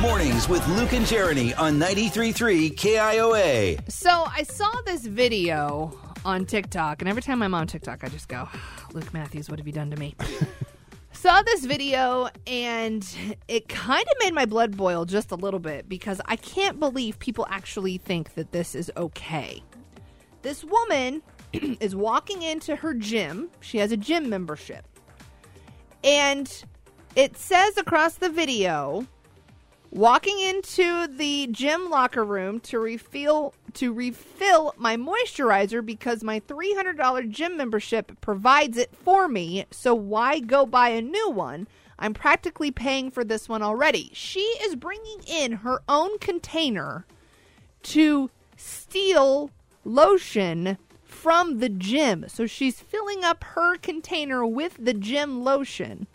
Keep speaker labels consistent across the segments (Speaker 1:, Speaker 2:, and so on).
Speaker 1: Mornings with Luke and Jeremy on 93.3 KIOA.
Speaker 2: So I saw this video on TikTok, and every time I'm on TikTok, I just go, Luke Matthews, what have you done to me? saw this video, and it kind of made my blood boil just a little bit because I can't believe people actually think that this is okay. This woman is walking into her gym, she has a gym membership, and it says across the video, walking into the gym locker room to refill to refill my moisturizer because my $300 gym membership provides it for me so why go buy a new one i'm practically paying for this one already she is bringing in her own container to steal lotion from the gym so she's filling up her container with the gym lotion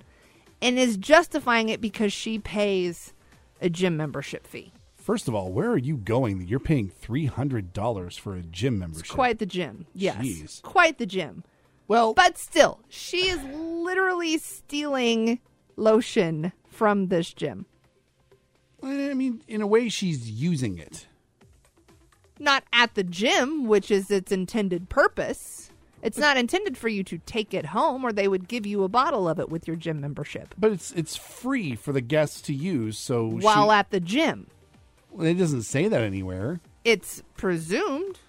Speaker 2: and is justifying it because she pays a gym membership fee.
Speaker 3: First of all, where are you going that you're paying three hundred dollars for a gym membership?
Speaker 2: It's quite the gym. Yes.
Speaker 3: Jeez.
Speaker 2: Quite the gym.
Speaker 3: well,
Speaker 2: But still, she is literally stealing lotion from this gym.
Speaker 3: I mean, in a way, she's using it.
Speaker 2: Not at the gym, which is its intended purpose. It's not intended for you to take it home, or they would give you a bottle of it with your gym membership
Speaker 3: But it's it's free for the guests to use. So
Speaker 2: while
Speaker 3: she,
Speaker 2: at the gym.
Speaker 3: Well, it doesn't say that anywhere.
Speaker 2: It's presumed.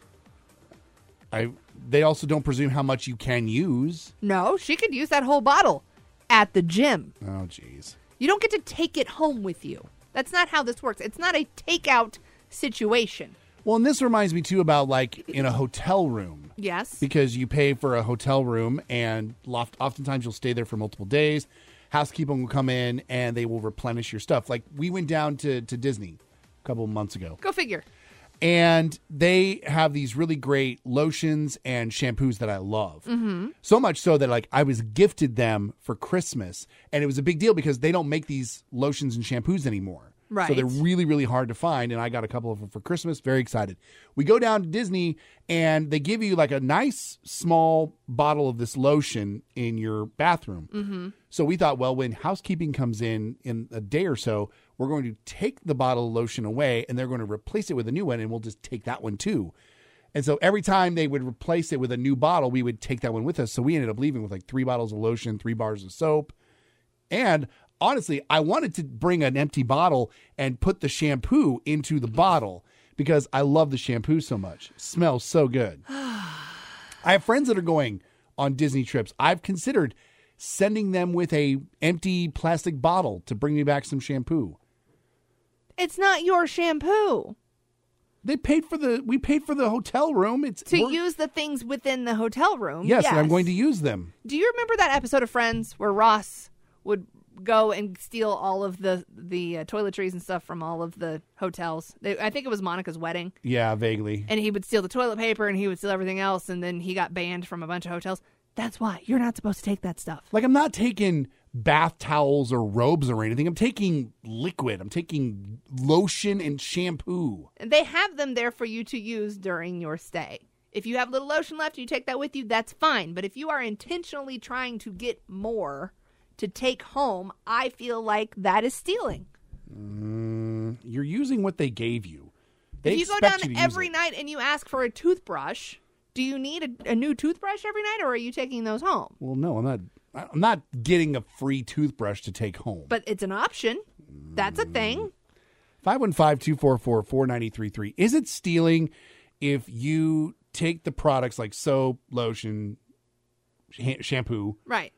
Speaker 3: I they also don't presume how much you can use.
Speaker 2: No, she could use that whole bottle at the gym.
Speaker 3: Oh, jeez.
Speaker 2: You don't get to take it home with you. That's not how this works. It's not a takeout situation.
Speaker 3: Well, and this reminds me too about like in a hotel room.
Speaker 2: Yes.
Speaker 3: because you pay for a hotel room and loft, oftentimes you'll stay there for multiple days. Housekeeping will come in and they will replenish your stuff. Like we went down to, to Disney a couple of months ago
Speaker 2: Go figure.
Speaker 3: and they have these really great lotions and shampoos that I love. So much so that like I was gifted them for Christmas and it was a big deal because they don't make these lotions and shampoos anymore. So
Speaker 2: Right.
Speaker 3: they're really, really hard to find. And I got a couple of them for Christmas. Very excited. We go down to Disney and they give you like a nice small bottle of this lotion in your bathroom. Mm-hmm. So we thought, well, when housekeeping comes in in a day or so, we're going to take the bottle of lotion away and they're going to replace it with a new one and we'll just take that one too. And so every time they would replace it with a new bottle, we would take that one with us. So we ended up leaving with like three bottles of lotion, three bars of soap. And honestly, I wanted to bring an empty bottle and put the shampoo into the bottle because I love the shampoo so much. smells so good. I have friends that are going on Disney trips. I've considered sending them with a empty plastic bottle to bring me back some shampoo.
Speaker 2: It's not your shampoo
Speaker 3: They paid for the we paid for the hotel room. It's
Speaker 2: to
Speaker 3: we're-
Speaker 2: use the things within the hotel room.
Speaker 3: Yes, and I'm going to use them.
Speaker 2: Do you remember that episode of Friends where Ross would go and steal all of the the uh, toiletries and stuff from all of the hotels? They, I think it was Monica's wedding,
Speaker 3: Yeah, vaguely.
Speaker 2: and he would steal the toilet paper and he would steal everything else, and then he got banned from a bunch of hotels. That's why you're not supposed to take that stuff.
Speaker 3: Like I'm not taking bath towels or robes or anything. I'm taking liquid. I'm taking lotion and shampoo.
Speaker 2: And they have them there for you to use during your stay. If you have a little lotion left, you take that with you, that's fine. But if you are intentionally trying to get more to take home, I feel like that is stealing.
Speaker 3: You're using what they gave you. They
Speaker 2: if you go down
Speaker 3: expect you to use
Speaker 2: every
Speaker 3: it.
Speaker 2: night and you ask for a toothbrush, do you need a, a new toothbrush every night or are you taking those home?
Speaker 3: Well, no, I'm not. I'm not getting a free toothbrush to take home.
Speaker 2: But it's an option. That's a thing.
Speaker 3: 515-244-4933. Is it stealing if you take the products like soap, lotion, sh- shampoo
Speaker 2: Right.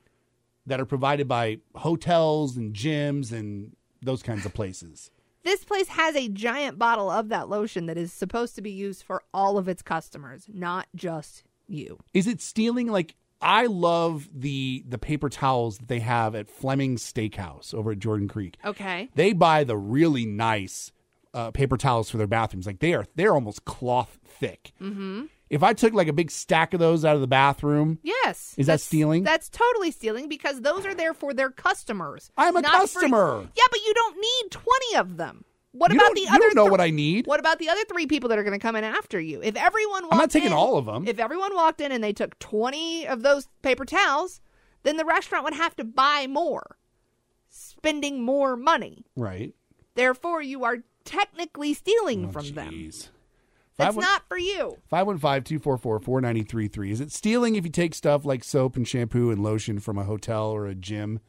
Speaker 3: that are provided by hotels and gyms and those kinds of places?
Speaker 2: This place has a giant bottle of that lotion that is supposed to be used for all of its customers, not just you.
Speaker 3: Is it stealing? Like I love the the paper towels that they have at Fleming's Steakhouse over at Jordan Creek.
Speaker 2: Okay.
Speaker 3: They buy the really nice uh, paper towels for their bathrooms. Like they are they're almost cloth thick. Mm-hmm. If I took like a big stack of those out of the bathroom,
Speaker 2: Yes.
Speaker 3: Is that
Speaker 2: That's-
Speaker 3: stealing?
Speaker 2: That's totally stealing because those are there for their customers.
Speaker 3: I'm a
Speaker 2: not for-
Speaker 3: customer.
Speaker 2: yeah, but you don't need 20 of them. What
Speaker 3: You
Speaker 2: about
Speaker 3: don't-
Speaker 2: the
Speaker 3: you
Speaker 2: other
Speaker 3: don't know
Speaker 2: thr-
Speaker 3: what I need.
Speaker 2: What about the other 3 people that are going to come in after you? If everyone walked
Speaker 3: I'm not taking
Speaker 2: in-
Speaker 3: all of 'em.
Speaker 2: If everyone walked in and they took 20 of those paper towels, then the restaurant would have to buy more, spending more money.
Speaker 3: right?
Speaker 2: Therefore, you are technically stealing
Speaker 3: Oh,
Speaker 2: from them.
Speaker 3: Jeez.
Speaker 2: That's
Speaker 3: one-
Speaker 2: not for you.
Speaker 3: 515-244-4933. Is it stealing if you take stuff like soap and shampoo and lotion from a hotel or a gym